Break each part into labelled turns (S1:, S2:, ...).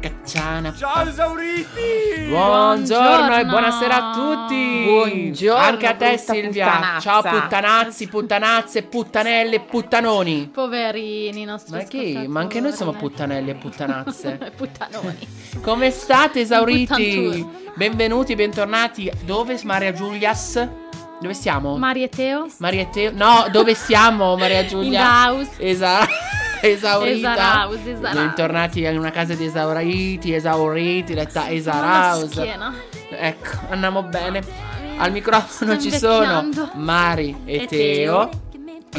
S1: Toscana.
S2: Ciao esauriti!
S3: Buongiorno
S1: Buongiorno.
S3: e buonasera a tutti.
S4: Buongiorno,
S3: Anche a te
S4: brutta
S3: Silvia.
S4: puttanazza.
S3: Ciao puttanazzi, puttanazze, puttanelle, puttanoni.
S1: Poverini i nostri
S3: Ma che? Ma anche noi siamo puttanelle e puttanazze.
S1: puttanazze. Puttanoni.
S3: Come state esauriti?
S1: Puttantur.
S3: Benvenuti, bentornati. Dove Maria Giulias? Dove siamo?
S1: Maria e Teo?
S3: Maria e te? No, dove siamo Maria
S1: In
S3: Giulia?
S1: house.
S3: Esa- esaurita.
S1: Esaraus, Esaraus.
S3: Bentornati in una casa di esauriti, esauriti, detta Esaraus. Ecco, andiamo bene. Al microfono
S1: Sto
S3: ci sono
S1: invecchiando.
S3: Mari e,
S1: E
S3: Teo. I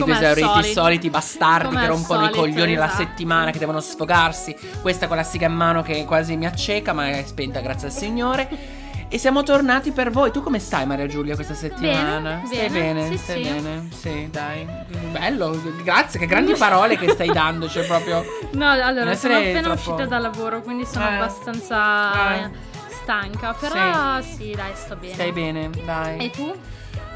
S3: due
S1: Come al
S3: esauriti
S1: solito.
S3: soliti bastardi
S1: Come
S3: che
S1: al
S3: rompono
S1: solito,
S3: i coglioni la
S1: esatto.
S3: settimana, che devono sfogarsi. Questa con la siga in mano che quasi mi acceca, ma è spenta grazie al Signore. E siamo tornati per voi. Tu come stai, Maria Giulia, questa settimana?
S1: Bene,
S3: stai
S1: bene,
S3: bene,
S1: sì,
S3: stai
S1: sì.
S3: bene. Sì, dai. Bello, grazie, che grandi parole che stai dando, cioè proprio.
S1: No, allora,
S3: Non
S1: sono
S3: essere
S1: appena
S3: troppo-
S1: uscita dal lavoro, quindi sono
S3: Eh.
S1: abbastanza
S3: Eh.
S1: stanca. Però sì, dai, sto bene.
S3: Stai bene, dai.
S1: E tu?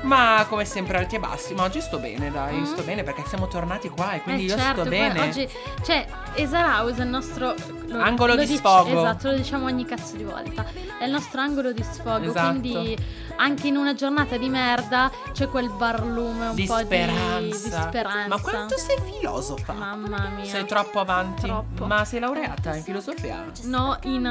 S3: Ma come sempre alti e bassi, ma oggi sto bene, dai,
S1: Mm.
S3: sto bene perché siamo tornati qua e quindi
S1: Eh,
S3: io
S1: certo,
S3: sto
S1: poi
S3: bene.
S1: Oggi, cioè, Esaraus è il nostro lo-
S3: Angolo
S1: lo
S3: di
S1: dic-
S3: sfogo.
S1: Esatto, lo diciamo ogni cazzo di volta. È il nostro angolo di sfogo.
S3: Esatto.
S1: Quindi, anche in una giornata di merda, c'è quel barlume un
S3: di
S1: po'
S3: speranza.
S1: di, di speranza.
S3: Ma quanto sei filosofa?
S1: Mamma mia.
S3: Sei troppo avanti.
S1: Troppo.
S3: Ma sei laureata in filosofia?
S1: No, in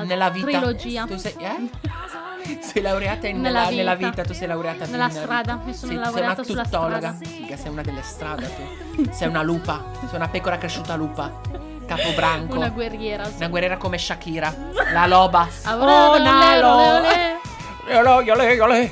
S1: uh,
S3: Nella vita.
S1: trilogia.
S3: Tu sei, eh? sei laureata in- nella,
S1: Nella
S3: nella vita.
S1: vita.
S3: tu sei laureata
S1: Nella
S3: in-
S1: strada, mi sono
S3: Sì,
S1: laureata
S3: sei
S1: sulla
S3: una tuttologa.
S1: strada.
S3: Figa, sei una delle strade tu. sei una lupa, sei una pecora cresciuta lupa. Capobranco.
S1: Una guerriera. sì.
S3: Una guerriera come Shakira, la loba. Oh,
S1: Ah, ole, ole,
S3: na
S1: ole,
S3: lo-
S1: ole.
S3: Yole, yole, yole.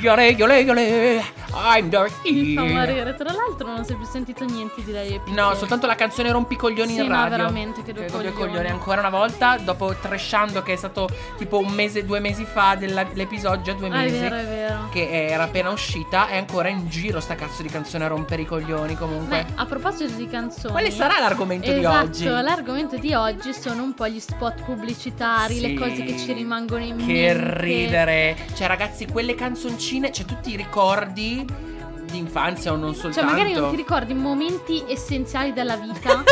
S3: Yole, yole, yole. I'm dirty.
S1: Fa morire. Tra l'altro non si è più sentito niente di lei.
S3: No,
S1: perché-
S3: soltanto la canzone Rompicoglioni
S1: Sì,
S3: in
S1: no,
S3: radio.
S1: veramente, che due
S3: due
S1: coglioni.
S3: coglioni. Ancora una volta, dopo Tresciando, che è stato tipo un mese, due mesi fa dell'episodio, già due
S1: Ah, è
S3: mesi.
S1: vero, è vero.
S3: Che era appena uscita, è ancora in giro sta cazzo di canzone a rompere i coglioni. Comunque,
S1: Beh, a proposito di canzoni,
S3: quale sarà l'argomento
S1: esatto,
S3: di oggi?
S1: l'argomento di oggi sono un po' gli spot pubblicitari,
S3: Sì,
S1: le cose che ci rimangono in mente.
S3: Che ridere! Cioè, ragazzi, quelle canzoncine, cioè tutti i ricordi di infanzia o non soltanto.
S1: Cioè, magari non ti ricordi momenti essenziali della vita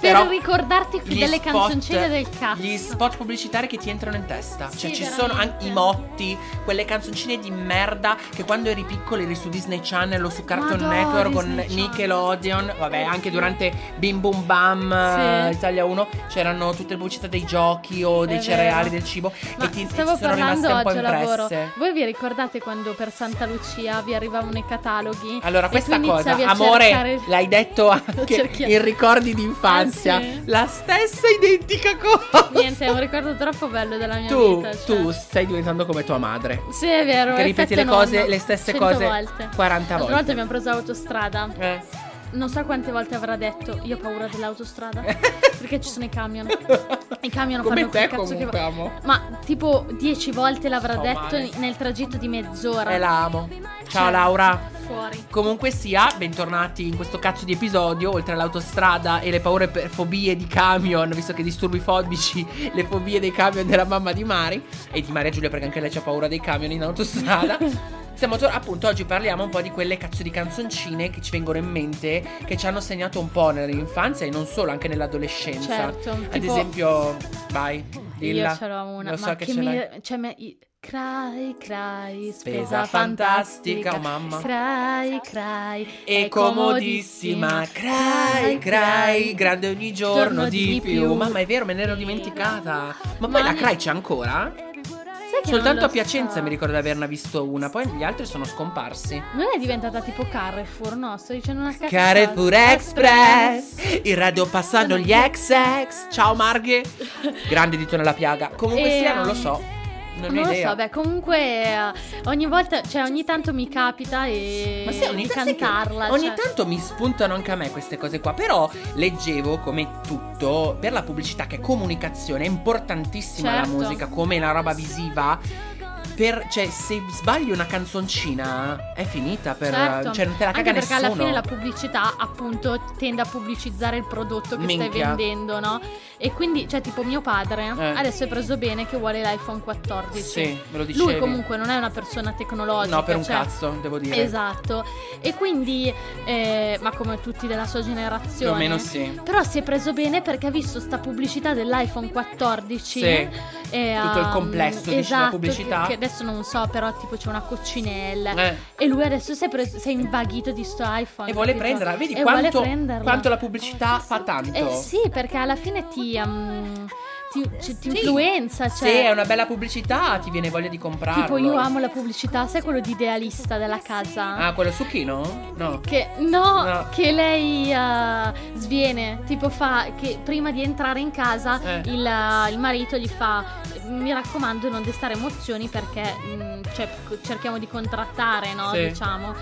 S3: Però
S1: per ricordarti
S3: gli
S1: delle
S3: spot-
S1: canzoncine del cazzo.
S3: Gli spot pubblicitari che ti entrano in testa. Cioè,
S1: Sì,
S3: ci
S1: veramente.
S3: sono anche i motti, quelle canzoncine di merda che quando eri piccolo eri su Disney Channel o su Cartoon
S1: Madò,
S3: Network con
S1: Disney Channel.
S3: Nickelodeon. Vabbè,
S1: Sì.
S3: anche durante Bim Bum Bam eh,
S1: Sì.
S3: Italia 1 c'erano tutte le pubblicità dei giochi o dei
S1: È vero.
S3: cereali, del cibo.
S1: Ma
S3: e ti, ti
S1: stavo
S3: sono
S1: parlando
S3: rimaste un po'
S1: oggi al lavoro.
S3: impresse.
S1: Voi vi ricordate quando per Santa Lucia vi arrivavano i cataloghi?
S3: Allora,
S1: E
S3: questa
S1: tu
S3: cosa,
S1: iniziavi a
S3: amore,
S1: cercare-
S3: l'hai detto
S1: Lo
S3: anche
S1: cerchiamo.
S3: in ricordi di infanzia.
S1: Ah, sì?
S3: La stessa identica cosa.
S1: Niente, è un ricordo troppo bello della mia
S3: tu,
S1: vita. cioè.
S3: tu stai diventando come tua madre.
S1: Sì, è vero.
S3: che
S1: in effetti
S3: ripeti le
S1: non-
S3: cose, le stesse
S1: 100
S3: cose
S1: volte.
S3: 40
S1: L'altra volta
S3: volte.
S1: abbiamo preso l'autostrada.
S3: Eh.
S1: Non so quante volte avrà detto io ho paura dell'autostrada. perché ci sono i camion. I camion
S3: Come
S1: fanno quel
S3: te
S1: cazzo che
S3: comunque,
S1: va-
S3: amo.
S1: Ma tipo 10 volte l'avrà
S3: Sto
S1: detto
S3: male.
S1: nel tragitto di mezz'ora.
S3: E Eh, la amo. Ciao
S1: Cioè,
S3: Laura.
S1: Fuori.
S3: Comunque sia, bentornati in questo cazzo di episodio, oltre all'autostrada e le paure per fobie di camion, visto che disturbi fobici, le fobie dei camion della mamma di Mari e di Maria Giulia perché anche lei ha paura dei camion in autostrada. Stiamo tor- appunto oggi parliamo un po' di quelle cazzo di canzoncine che ci vengono in mente, che ci hanno segnato un po' nell'infanzia e non solo, anche nell'adolescenza.
S1: Certo.
S3: Ad
S1: tipo,
S3: esempio, vai, dilla.
S1: Io ce l'ho una,
S3: Lo
S1: ma
S3: so che,
S1: che
S3: ce l'hai.
S1: mi. Cioè, me- i- Crai, crai,
S3: Spesa
S1: spesa
S3: fantastica,
S1: fantastica.
S3: oh mamma.
S1: Crai, crai.
S3: E
S1: è
S3: comodissima, crai, crai, grande ogni giorno di più. Mamma, è vero, me ne ero dimenticata. Ma poi
S1: Ma
S3: la
S1: ne-
S3: crai c'è ancora?
S1: Sai che non
S3: Soltanto
S1: lo
S3: a Piacenza
S1: so.
S3: mi ricordo di averne visto una, poi gli altri sono scomparsi.
S1: Non è diventata tipo Carrefour, no? Sto dicendo una cazzata.
S3: Carrefour Express, in radio passano gli ex Ciao Marghe, grande dito nella piaga. Comunque
S1: E,
S3: sia, non lo
S1: um,
S3: so. Non,
S1: Non
S3: ho
S1: lo
S3: idea.
S1: so, beh, comunque eh, ogni volta, cioè ogni tanto mi capita e
S3: Ma sai, ogni,
S1: di
S3: tanto-
S1: cantarla.
S3: ogni
S1: cioè.
S3: tanto mi spuntano anche a me queste cose qua. Però leggevo come tutto per la pubblicità, che è comunicazione, è importantissima la
S1: Certo.
S3: musica, come la roba visiva. per, cioè, se sbagli una canzoncina è finita per,
S1: Certo.
S3: cioè, non te la
S1: Anche
S3: caga
S1: perché
S3: nessuno.
S1: alla fine la pubblicità appunto tende a pubblicizzare il prodotto che stai
S3: Minchia.
S1: vendendo, no? E quindi, cioè, tipo mio padre
S3: Eh.
S1: adesso è preso bene che vuole l'iPhone 14.
S3: Sì, me lo dicevi.
S1: Lui comunque non è una persona tecnologica.
S3: No, per un
S1: cioè-
S3: cazzo, devo dire.
S1: Esatto. E quindi, eh, ma come tutti della sua
S3: Più
S1: generazione.
S3: o meno sì.
S1: Però si è preso bene perché ha visto sta pubblicità dell'iPhone 14.
S3: Sì.
S1: e,
S3: Tutto il
S1: um,
S3: complesso, dici, la
S1: esatto,
S3: pubblicità.
S1: Che, che adesso non so, però tipo c'è una coccinella.
S3: Eh.
S1: E lui adesso si è, preso- si è invaghito di sto iPhone.
S3: E vuole
S1: capito?
S3: prenderla, vedi
S1: E
S3: quanto,
S1: vuole prenderla.
S3: quanto la pubblicità fa tanto.
S1: Eh sì, perché alla fine ti, um, ti, cioè, ti
S3: Sì.
S1: influenza. Cioè,
S3: Se è una bella pubblicità, ti viene voglia di comprarlo.
S1: tipo io amo la pubblicità, sai quello di idealista della casa?
S3: Ah, quello succhino? No.
S1: Che no,
S3: No.
S1: che lei eh, sviene, tipo fa che prima di entrare in casa
S3: Eh.
S1: il, eh, il marito gli fa mi raccomando non destare emozioni perché mh, cioè, co- cerchiamo di contrattare, no,
S3: Sì.
S1: diciamo.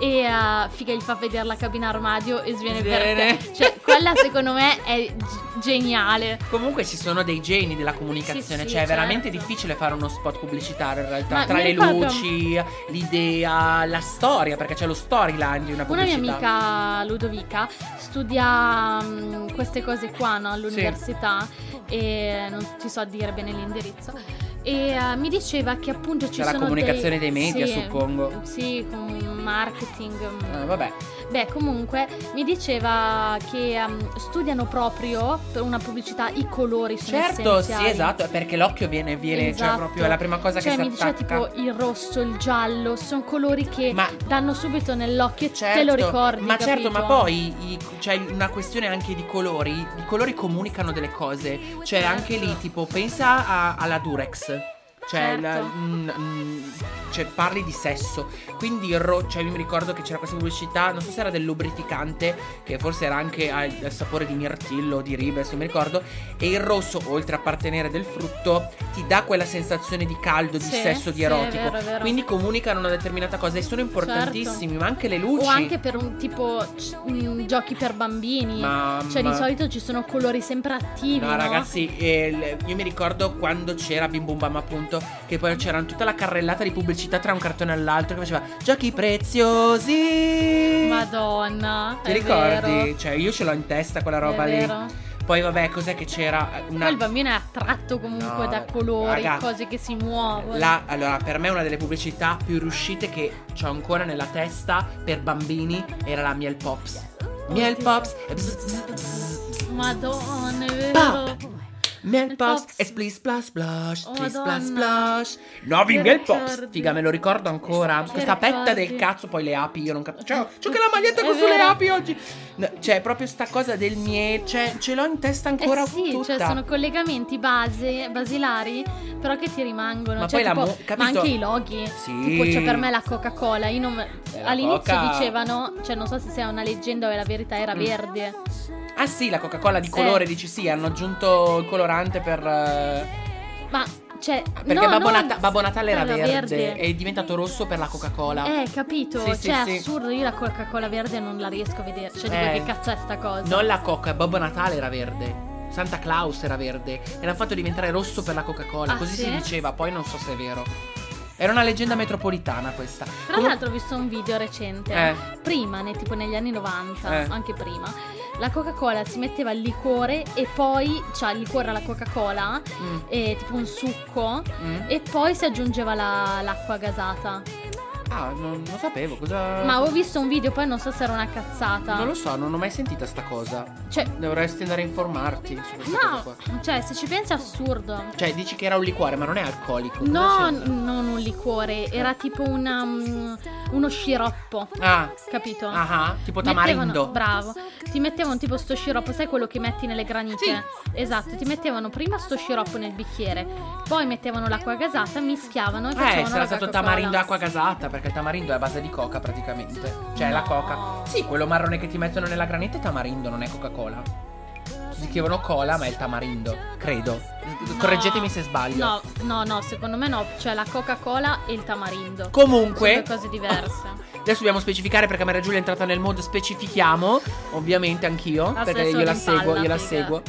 S1: E eh, figa gli fa vedere la cabina armadio e sviene
S3: Sviene.
S1: perché cioè quella secondo me è g- geniale.
S3: Comunque ci sono dei geni della comunicazione,
S1: Sì, sì,
S3: cioè è veramente
S1: certo.
S3: difficile fare uno spot pubblicitario in realtà,
S1: Ma
S3: tra
S1: mi
S3: le
S1: ricordo-
S3: luci, l'idea, la storia, perché c'è lo storyline di una
S1: Una mia
S3: pubblicità.
S1: amica Ludovica studia mm, queste cose qua no, all'università e non ti so dire bene l'indirizzo. E eh, mi diceva che appunto ci
S3: C'è la
S1: sono
S3: comunicazione dei media,
S1: sì,
S3: suppongo.
S1: Sì, con marketing. mm.
S3: Eh, vabbè,
S1: Beh, comunque mi diceva che ehm, studiano proprio per una pubblicità i colori sono
S3: certo, sì,
S1: essenziali.
S3: esatto, perché l'occhio viene, viene
S1: Esatto.
S3: cioè proprio è la prima cosa
S1: Cioè,
S3: che
S1: mi
S3: si
S1: diceva
S3: attacca.
S1: tipo eh, il rosso, il giallo, sono colori che
S3: Ma
S1: danno subito nell'occhio
S3: Certo,
S1: te lo ricordi.
S3: Ma certo, ma
S1: capito?
S3: poi i- c'è una questione anche di colori. I colori comunicano delle cose.
S1: Certo.
S3: Cioè, anche lì, tipo, pensa a- alla Durex. Cioè,
S1: Certo.
S3: la- mm, mm, cioè, parli di sesso. Quindi il ro- cioè, io mi ricordo che c'era questa pubblicità, non so se era del lubrificante, che forse era anche al, al sapore di mirtillo, di ribes, non mi ricordo. E il rosso, oltre a appartenere del frutto, ti dà quella sensazione di caldo, di
S1: Sì,
S3: sesso, di
S1: sì, è
S3: erotico.
S1: vero, è vero.
S3: Quindi comunicano una determinata cosa e sono importantissimi, ma anche le luci.
S1: O anche per un tipo c- mh, giochi per bambini.
S3: Mamma.
S1: Cioè, di solito ci sono colori sempre attivi.
S3: No,
S1: no?
S3: ragazzi, eh, il- io mi ricordo quando c'era Bim Bum Bam, appunto, che poi c'era tutta la carrellata di pubblicità tra un cartone all'altro che faceva giochi preziosi.
S1: Madonna.
S3: Ti
S1: è
S3: ricordi?
S1: vero,
S3: Cioè, io ce l'ho in testa quella roba
S1: è
S3: lì.
S1: vero.
S3: Poi, vabbè, cos'è che c'era? Una...
S1: Poi il bambino è attratto comunque
S3: No,
S1: da colori,
S3: raga,
S1: cose che si muovono.
S3: La- allora, per me una delle pubblicità più riuscite che ho ancora nella testa per bambini era la Miel Pops. Miel Pops, e bzz, bzz, bzz, bzz.
S1: Madonna, è vero.
S3: Pap! Miel
S1: Miel
S3: Pops
S1: Pops.
S3: e splish splash splash,
S1: Oh,
S3: splish splash
S1: Madonna.
S3: splash. Novi
S1: Che
S3: Miel Pops.
S1: ricordi.
S3: Figa, me lo ricordo ancora.
S1: Che
S3: Questa petta
S1: ricordi.
S3: del cazzo, poi le api, io non capisco. C'ho, c'ho che la maglietta
S1: È
S3: con sulle
S1: vero.
S3: api oggi. No, cioè, proprio sta cosa del miele, cioè, ce l'ho in testa ancora
S1: eh sì,
S3: tutta.
S1: cioè sono collegamenti base, basilari, però che ti rimangono.
S3: Ma
S1: Cioè,
S3: poi la
S1: tipo,
S3: mo- capito?
S1: ma anche i loghi.
S3: Sì. Eh,
S1: Tipo, cioè, per me la Coca-Cola. Io non-
S3: la
S1: All'inizio
S3: Coca.
S1: dicevano, cioè, non so se sia una leggenda o è la verità, era
S3: Mm.
S1: verde.
S3: Ah sì, la Coca-Cola di
S1: Sì.
S3: colore, dici sì, hanno aggiunto il colorante per... eh,
S1: Ma cioè,
S3: Perché
S1: no, no,
S3: Babbo, Nata- Babbo Natale era verde, e
S1: Eh,
S3: è diventato rosso per la Coca-Cola.
S1: capito?
S3: Sì, sì,
S1: cioè,
S3: sì.
S1: è assurdo, io la Coca-Cola verde non la riesco a vedere. Cioè, dico
S3: Eh.
S1: che cazzo è sta cosa?
S3: Non la Coca, Babbo Natale era verde. Santa Claus era verde. E l'hanno fatto diventare rosso per la Coca-Cola.
S1: Ah,
S3: così
S1: sì?
S3: si diceva, poi non so se è vero. Era una leggenda metropolitana questa.
S1: Tra
S3: Comun-
S1: l'altro ho visto un video recente,
S3: Eh.
S1: prima, ne- tipo negli anni 90,
S3: Eh.
S1: anche prima, la Coca-Cola si metteva il liquore e poi, cioè il liquore alla Coca-Cola,
S3: Mm,
S1: e tipo un succo,
S3: mm.
S1: e poi si aggiungeva la- l'acqua gasata.
S3: Ah, non lo sapevo. Cosa.
S1: Ma oh, ho visto un video, poi non so se era una cazzata.
S3: Non lo so, non ho mai sentita sta cosa.
S1: Cioè,
S3: Dovresti andare a informarti su questa cosa
S1: no,
S3: qua.
S1: cioè se ci pensi è assurdo.
S3: Cioè, dici che era un liquore, ma non è alcolico. Cosa
S1: No,
S3: c'entra?
S1: n- non un liquore, era tipo una, mm, uno sciroppo,
S3: Ah,
S1: capito?
S3: ah, ah, tipo
S1: Mettevano-
S3: tamarindo.
S1: bravo. Ti mettevano tipo sto sciroppo, sai quello che metti nelle granite?
S3: Sì.
S1: Esatto, ti mettevano prima sto sciroppo nel bicchiere, poi mettevano l'acqua gasata, mischiavano e
S3: Eh,
S1: facevano
S3: sarà
S1: la
S3: stato
S1: Coca-Cola.
S3: tamarindo e acqua gasata, perché il tamarindo è a base di coca praticamente. Cioè la
S1: No.
S3: coca. Sì, quello marrone che ti mettono nella granita è tamarindo, non è Coca-Cola. Si chiamano cola, ma è il tamarindo, credo.
S1: No.
S3: Correggetemi se sbaglio.
S1: No, no, no, secondo me no, cioè la Coca-Cola e il tamarindo. Sono
S3: Comunque,
S1: due cose diverse.
S3: adesso dobbiamo specificare perché Maria Giulia è entrata nel mondo, specifichiamo, ovviamente anch'io,
S1: Adesso
S3: perché io
S1: sono
S3: la
S1: in
S3: seguo,
S1: palla, eh.
S3: io la
S1: figa.
S3: seguo.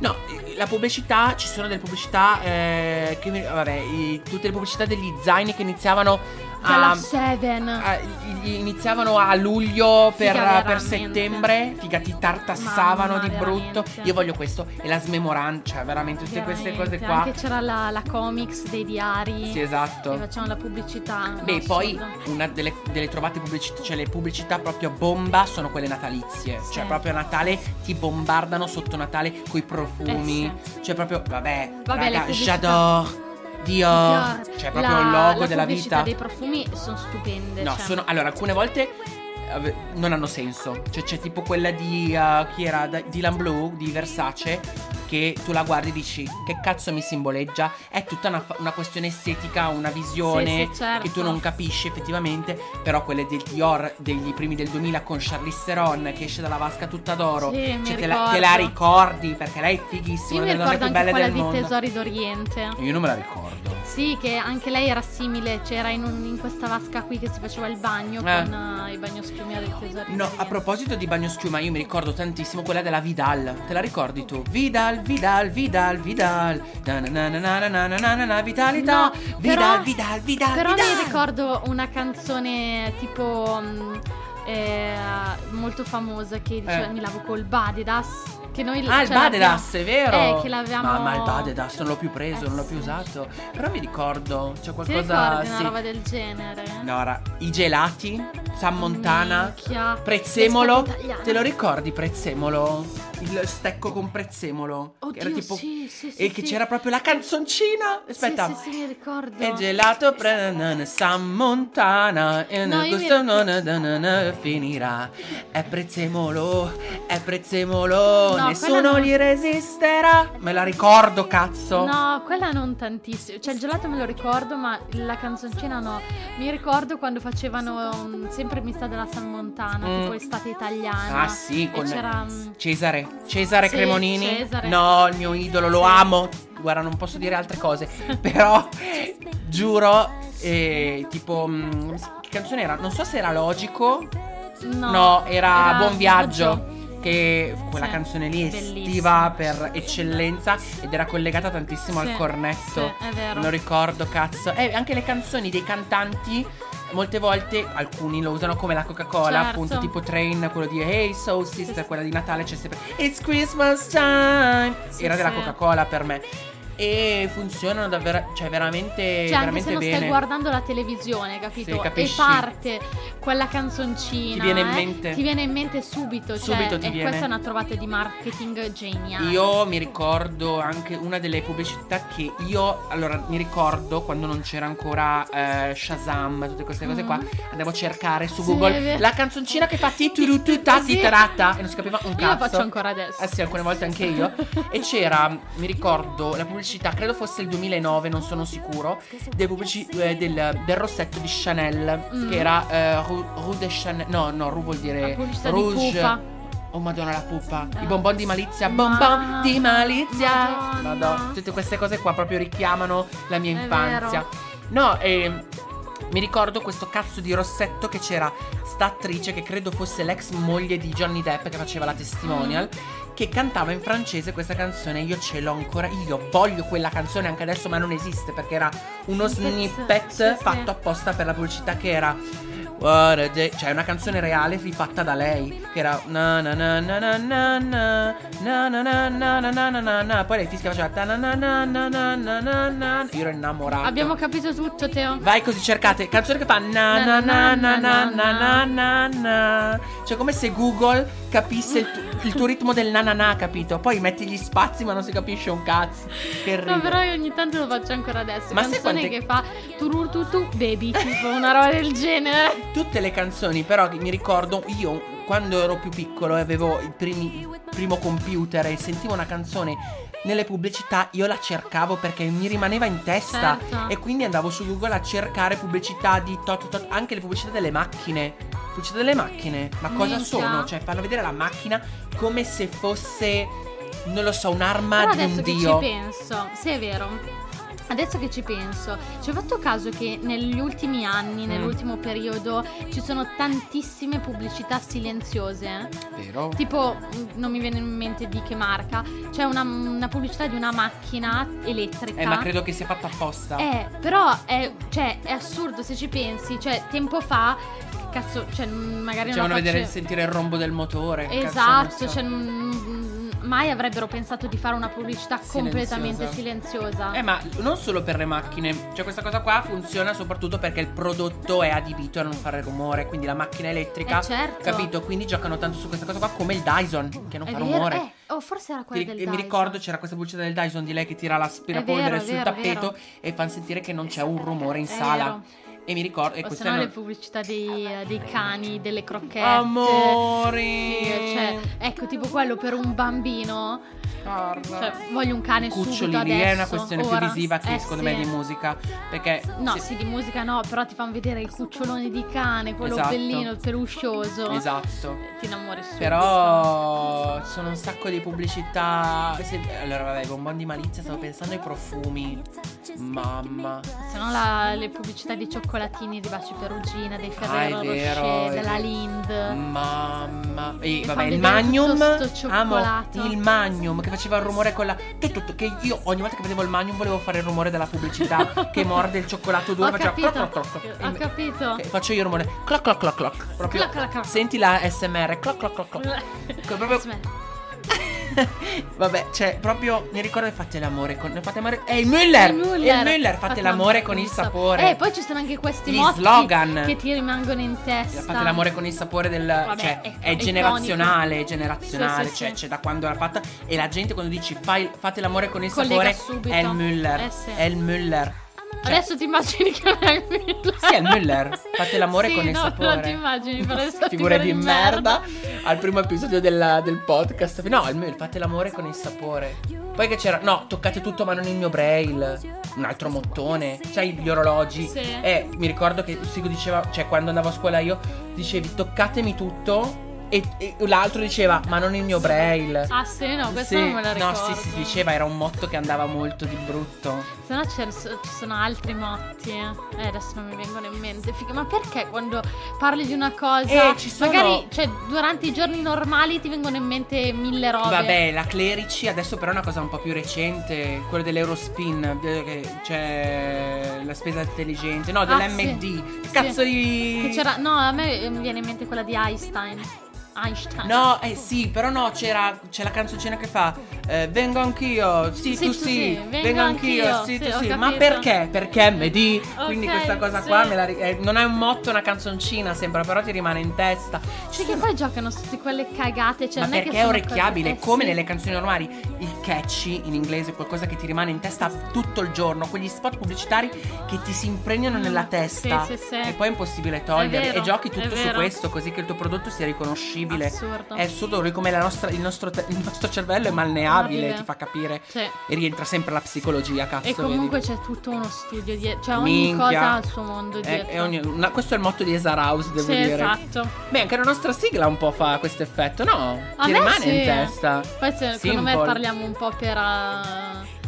S3: No, la pubblicità, ci sono delle pubblicità, eh, che mi- vabbè, i- tutte le pubblicità degli zaini che iniziavano
S1: Della
S3: a...
S1: Seven.
S3: a- iniziavano a luglio per,
S1: Figa,
S3: per
S1: veramente.
S3: settembre, figa ti tartassavano
S1: Mamma,
S3: di brutto.
S1: veramente.
S3: Io voglio questo e la smemoran, cioè veramente tutte queste cose
S1: Veramente,
S3: qua.
S1: Anche c'era la, la comics dei diari.
S3: Sì,
S1: Che
S3: esatto.
S1: facevano la pubblicità. no,
S3: Beh, poi
S1: assurdo.
S3: una delle, delle trovate pubblicità, cioè le pubblicità proprio a bomba sono quelle natalizie.
S1: Sì.
S3: Cioè proprio a Natale ti bombardano sotto Natale coi profumi.
S1: Eh,
S3: Cioè proprio, vabbè,
S1: Vabbè, le
S3: raga,
S1: pubblicità-
S3: j'adore, Dior.
S1: Chiaro.
S3: Cioè proprio
S1: La-
S3: il logo
S1: la
S3: della
S1: pubblicità
S3: vita.
S1: dei profumi sono stupende.
S3: No,
S1: cioè.
S3: sono. Allora, alcune volte eh, non hanno senso. Cioè, c'è tipo quella di. eh, chi era? Da- Dylan Blue di Versace. Che tu la guardi e dici: Che cazzo mi simboleggia? È tutta una, fa- una questione estetica, una visione
S1: Sì, sì, certo.
S3: che tu non capisci effettivamente. Però quelle del Dior degli primi del 2000 con Charlize Theron che esce dalla vasca tutta d'oro.
S1: Sì, mi
S3: cioè, te la,
S1: ricordo.
S3: te la ricordi perché lei è
S1: Io
S3: fighissima.
S1: mi
S3: una delle
S1: ricordo
S3: donne più
S1: anche
S3: belle
S1: quella
S3: del
S1: di
S3: mondo.
S1: Tesori d'Oriente.
S3: Io non me la ricordo.
S1: Sì, che anche lei era simile, c'era in, un- in questa vasca qui che si faceva il bagno
S3: Eh.
S1: con eh, i bagnoschiumi del tesoro.
S3: No, a proposito di bagno schiuma, io mi ricordo tantissimo quella della Vidal. Te la ricordi tu? Vidal, Vidal, Vidal, Vidal. Na na na na na na na na na na, vitalità.
S1: No,
S3: Vidal,
S1: però-
S3: Vidal, Vidal.
S1: Però
S3: Vidal.
S1: mi ricordo una canzone tipo mm, eh, molto famosa che diceva
S3: Eh.
S1: mi lavo col Badedas. Che noi
S3: Ah, il
S1: ce l'abbiamo-
S3: Badedas, è vero?
S1: Eh, che l'avevamo-
S3: Ma, ma il Badedas non l'ho più preso,
S1: Eh,
S3: non l'ho più
S1: sì.
S3: usato. Però mi ricordo, c'è
S1: Ti
S3: qualcosa.
S1: ricordi una
S3: sì.
S1: roba del genere?
S3: No, era i gelati, San Montana.
S1: Minchia.
S3: Prezzemolo,
S1: Questa è italiana.
S3: te lo ricordi prezzemolo? Il stecco con prezzemolo. Che
S1: Oddio,
S3: era tipo
S1: sì, sì, sì,
S3: e che
S1: sì.
S3: c'era proprio la canzoncina. Aspetta.
S1: Sì, sì, sì, mi ricordo.
S3: E gelato pre- na- na- San Montana e
S1: No,
S3: nel
S1: io mi-
S3: gusto non na- na- na- finirà. È prezzemolo, è prezzemolo,
S1: No, quella
S3: nessuno
S1: non-
S3: gli resisterà. Me la ricordo, cazzo.
S1: No, quella non tantissimo. Cioè, il gelato me lo ricordo, ma la canzoncina no. Mi ricordo quando facevano mm, sempre mi sta della San Montana,
S3: Mm.
S1: tipo l'estate italiana.
S3: Ah sì,
S1: E
S3: con
S1: c'era. mm,
S3: Cesare, Cesare
S1: Sì,
S3: Cremonini.
S1: Cesare.
S3: No, il mio idolo, lo
S1: Sì.
S3: amo. Guarda, non posso dire altre cose, però giuro, eh, tipo, mm, che canzone era? Non so se era Logico,
S1: mm, No,
S3: no, era, Buon Viaggio. Che quella
S1: Sì,
S3: canzone lì
S1: bellissima.
S3: estiva per eccellenza ed era collegata tantissimo
S1: Sì,
S3: al cornetto.
S1: sì, è vero.
S3: Non lo ricordo, cazzo. E anche le canzoni dei cantanti, molte volte alcuni lo usano come la Coca-Cola,
S1: Certo.
S3: appunto, tipo Train, quello di Hey So Sister, quella di Natale, c'è sempre It's Christmas time.
S1: Sì,
S3: era della
S1: sì.
S3: Coca-Cola per me. E funzionano davvero, cioè veramente,
S1: Cioè, anche
S3: veramente
S1: se non
S3: bene.
S1: stai guardando la televisione, capito?
S3: Sì,
S1: e
S3: capisci.
S1: parte quella canzoncina.
S3: Ti viene in
S1: eh,
S3: mente.
S1: Ti viene in mente subito. Cioè,
S3: Subito ti
S1: e
S3: viene.
S1: questa è una trovata di marketing geniale.
S3: Io mi ricordo anche una delle pubblicità che io, allora mi ricordo quando non c'era ancora eh, Shazam, tutte queste cose qua,
S1: Mm.
S3: andavo a cercare su
S1: Sì, è
S3: Google
S1: vero.
S3: la canzoncina che fa titurututà
S1: Sì.
S3: titarata e non si capiva un
S1: Io la
S3: cazzo.
S1: faccio ancora adesso.
S3: Eh sì, alcune volte anche io. E c'era, mi ricordo, la pubblicità, credo fosse il 2009, non sono sicuro, dei pubblici- eh, del, del rossetto di Chanel,
S1: Mm.
S3: che era eh, Rue, Rue de Chanel, no, no, Rue vuol dire
S1: La pubblicità di
S3: Eh, Rouge.
S1: Pupa.
S3: Oh madonna la pupa,
S1: Ah.
S3: i bonbon di malizia, bonbon
S1: Mamma,
S3: di malizia.
S1: Madonna.
S3: tutte queste cose qua proprio richiamano la mia
S1: È
S3: infanzia. No, e mi ricordo questo cazzo di rossetto che c'era sta attrice che credo fosse l'ex moglie di Johnny Depp che faceva la testimonial.
S1: Mm.
S3: Che cantava in francese questa canzone, io ce l'ho ancora, io voglio quella canzone anche adesso, ma non esiste perché era uno
S1: Un pezzo-
S3: snippet
S1: sì, sì.
S3: fatto apposta per la pubblicità che era What a day- Cioè, una canzone reale rifatta da lei. Che era. Na na na na na na na na na na na na na na na na. Poi lei fischiava faceva. ta na na na na na na na na. Io ero innamorato.
S1: Abbiamo capito tutto, Teo.
S3: Vai così cercate canzone che fa na na na na na na na na na Cioè come se Google capisse il, tu- il tuo ritmo del na na na capito Poi metti gli spazi ma non si capisce un cazzo Che ridere
S1: No, però io ogni tanto lo faccio ancora adesso.
S3: Ma
S1: canzone
S3: sai quante-
S1: che fa turututu baby, tipo una roba del genere.
S3: Tutte le canzoni, però, che mi ricordo io quando ero più piccolo e avevo il primi- primo computer e sentivo una canzone nelle pubblicità, io la cercavo perché mi rimaneva in testa.
S1: Certo.
S3: E quindi andavo su Google a cercare pubblicità di tot tot, anche le pubblicità delle macchine. Pubblicità delle macchine, ma cosa
S1: Minchia.
S3: sono? Cioè, fanno vedere la macchina come se fosse, non lo so,
S1: Però
S3: un'arma di
S1: adesso
S3: un
S1: che
S3: dio.
S1: ci penso, sì è vero. Adesso che ci penso, ci ho fatto caso che negli ultimi
S3: Mm.
S1: anni, nell'ultimo periodo, ci sono tantissime pubblicità silenziose.
S3: Vero?
S1: Tipo, mh, non mi viene in mente di che marca, c'è una, una pubblicità di una macchina elettrica.
S3: Eh, ma credo che sia fatta apposta.
S1: Eh, però è, cioè, è assurdo se ci pensi, cioè tempo fa, cazzo, cioè mh, magari
S3: Facevano
S1: non lo
S3: vedere,
S1: face-
S3: sentire il rombo del motore. che cazzo
S1: Esatto,
S3: ne so.
S1: cioè, mh, mai avrebbero pensato di fare una pubblicità
S3: Silenziosa.
S1: completamente silenziosa.
S3: Eh, ma non solo per le macchine, cioè questa cosa qua funziona soprattutto perché il prodotto è adibito a non fare rumore, quindi la macchina elettrica,
S1: Eh, certo.
S3: capito? Quindi giocano tanto su questa cosa qua come il Dyson, che non
S1: È
S3: fa
S1: vero?
S3: rumore.
S1: Eh, oh, forse era
S3: Ti-
S1: quella del
S3: e mi
S1: Dyson.
S3: ricordo c'era questa pubblicità del Dyson di lei che tira
S1: È vero,
S3: l'aspirapolvere
S1: è
S3: sul
S1: vero, è
S3: tappeto e fa sentire che non c'è un rumore in
S1: È
S3: sala.
S1: vero.
S3: E mi ricordo... E
S1: O
S3: questa
S1: se no
S3: è
S1: le
S3: una-
S1: pubblicità dei, dei cani, delle crocchette.
S3: Amore!
S1: Sì, cioè, ecco, tipo quello per un bambino.
S3: Guarda.
S1: Cioè, voglio un cane
S3: Cuccioli
S1: subito
S3: lì
S1: adesso.
S3: è una questione
S1: ora.
S3: più visiva che
S1: Eh,
S3: secondo
S1: sì.
S3: me di musica. Perché...
S1: No,
S3: se-
S1: sì, di musica no, però ti fanno vedere il cucciolone di cane, quello
S3: Esatto.
S1: bellino, il peluscioso. Eh,
S3: Esatto.
S1: Ti innamori subito.
S3: Però ci sono un sacco di pubblicità. Se- Allora, vabbè, bonbon di malizia, stavo pensando ai profumi. Mamma.
S1: Se no la- le pubblicità di cioccolatini di Baci Perugina, dei Ferrero
S3: Ah, è vero, Mm.
S1: Rocher,
S3: è
S1: della
S3: vero.
S1: Lind.
S3: Mamma. E
S1: Mi fa
S3: vabbè, il
S1: vedere
S3: magnum.
S1: tutto sto cioccolato.
S3: Amo il magnum che faceva il rumore con la. Che, tutto, che io ogni volta che vedevo il magnum volevo fare il rumore della pubblicità che morde il cioccolato duro.
S1: Ho
S3: faceva
S1: capito,
S3: cloc, cloc, cloc, cloc.
S1: ho capito.
S3: E Faccio io il rumore. Cloc cloc cloc cloc. Proprio.
S1: Cloc, cloc, cloc.
S3: Senti la SMR. Cloc cloc cloc cloc. Ecco, proprio-
S1: Sì,
S3: Vabbè, cioè, proprio mi ricordo che fate l'amore con. Fate amore. È il Müller!
S1: il Müller.
S3: È il Müller, fate l'amore con il sapore.
S1: Eh, poi ci sono anche questi
S3: Gli
S1: motti
S3: slogan.
S1: che ti rimangono in testa.
S3: Fate l'amore con il sapore del.
S1: Vabbè,
S3: cioè,
S1: è-
S3: è,
S1: è
S3: generazionale, è generazionale.
S1: Sì, sì,
S3: cioè,
S1: sì.
S3: c'è da quando l'ha fatta. E la gente quando dici fai- fate l'amore con il
S1: Collega
S3: sapore.
S1: subito.
S3: È il Müller.
S1: Eh, sì.
S3: È il Müller. cioè-
S1: Adesso ti immagini che è il Müller.
S3: Sì, è il Müller. Fate l'amore
S1: Sì,
S3: con il
S1: no,
S3: sapore.
S1: non ti immagini, però adesso
S3: Figure di merda. Al primo episodio della- del podcast. No, il Müller, fate l'amore con il sapore. Poi che c'era. No, toccate tutto ma non il mio braille. Un altro mottone. C'hai gli orologi.
S1: Sì.
S3: Eh, mi ricordo che si diceva. Cioè, quando andavo a scuola io dicevi toccatemi tutto. E, e l'altro diceva, ma non il mio braille.
S1: Ah, sì, no, questo
S3: Sì,
S1: non me lo ricordo.
S3: No, sì, si diceva, era un motto che andava molto di brutto.
S1: Se no c'è- ci sono altri motti. Eh, adesso non mi vengono in mente. Figa, ma perché quando parli di una cosa.
S3: Eh, ci sono-
S1: Magari, cioè, durante i giorni normali ti vengono in mente mille robe.
S3: Vabbè, la Clerici adesso però è una cosa un po' più recente, quella dell'Eurospin, eh, che c'è la spesa intelligente, no,
S1: Ah,
S3: dell'MD.
S1: sì.
S3: Che Cazzo
S1: Sì.
S3: di...
S1: Che c'era. No, a me eh, mi viene in mente quella di Einstein. Einstein.
S3: No, eh sì, però no, c'era, c'è la canzoncina che fa eh, Vengo anch'io, sì,
S1: Sì, tu
S3: tu sì,
S1: sì, vengo anch'io,
S3: sì,
S1: sì,
S3: tu
S1: ho
S3: sì. Ma
S1: capito.
S3: perché? Perché MD?
S1: Ok,
S3: Quindi questa cosa qua
S1: sì.
S3: me la ri- eh, non è un motto, una canzoncina sembra, però ti rimane in testa.
S1: Cioè, che poi giocano su tutte quelle cagate. Cioè,
S3: Ma
S1: non è
S3: perché
S1: che
S3: è
S1: sono
S3: orecchiabile,
S1: cose- eh,
S3: come
S1: sì.
S3: nelle canzoni normali, il catchy in inglese è qualcosa che ti rimane in testa tutto il giorno, quegli spot pubblicitari che ti si impregnano
S1: Mm,
S3: nella
S1: sì,
S3: testa
S1: sì, sì.
S3: e poi è impossibile toglierli
S1: vero,
S3: e giochi
S1: è
S3: tutto su
S1: vero.
S3: questo così che il tuo prodotto sia riconoscibile.
S1: Assurdo.
S3: È assurdo come la nostra- il, nostro te- il nostro cervello è malneabile,
S1: Malneabile.
S3: ti fa capire
S1: Cioè,
S3: e rientra sempre la psicologia, cazzo.
S1: e comunque
S3: vedi?
S1: c'è tutto uno studio dietro. Cioè, ogni
S3: Minchia.
S1: cosa ha il suo mondo
S3: È-
S1: dietro.
S3: è ogni- una- questo è il motto di Esa House, devo
S1: sì,
S3: dire.
S1: esatto.
S3: Beh, anche la nostra sigla un po' fa questo effetto, no?
S1: A
S3: ti
S1: me
S3: rimane
S1: sì.
S3: in testa.
S1: Poi se- secondo me
S3: Simple.
S1: parliamo un po' per... eh,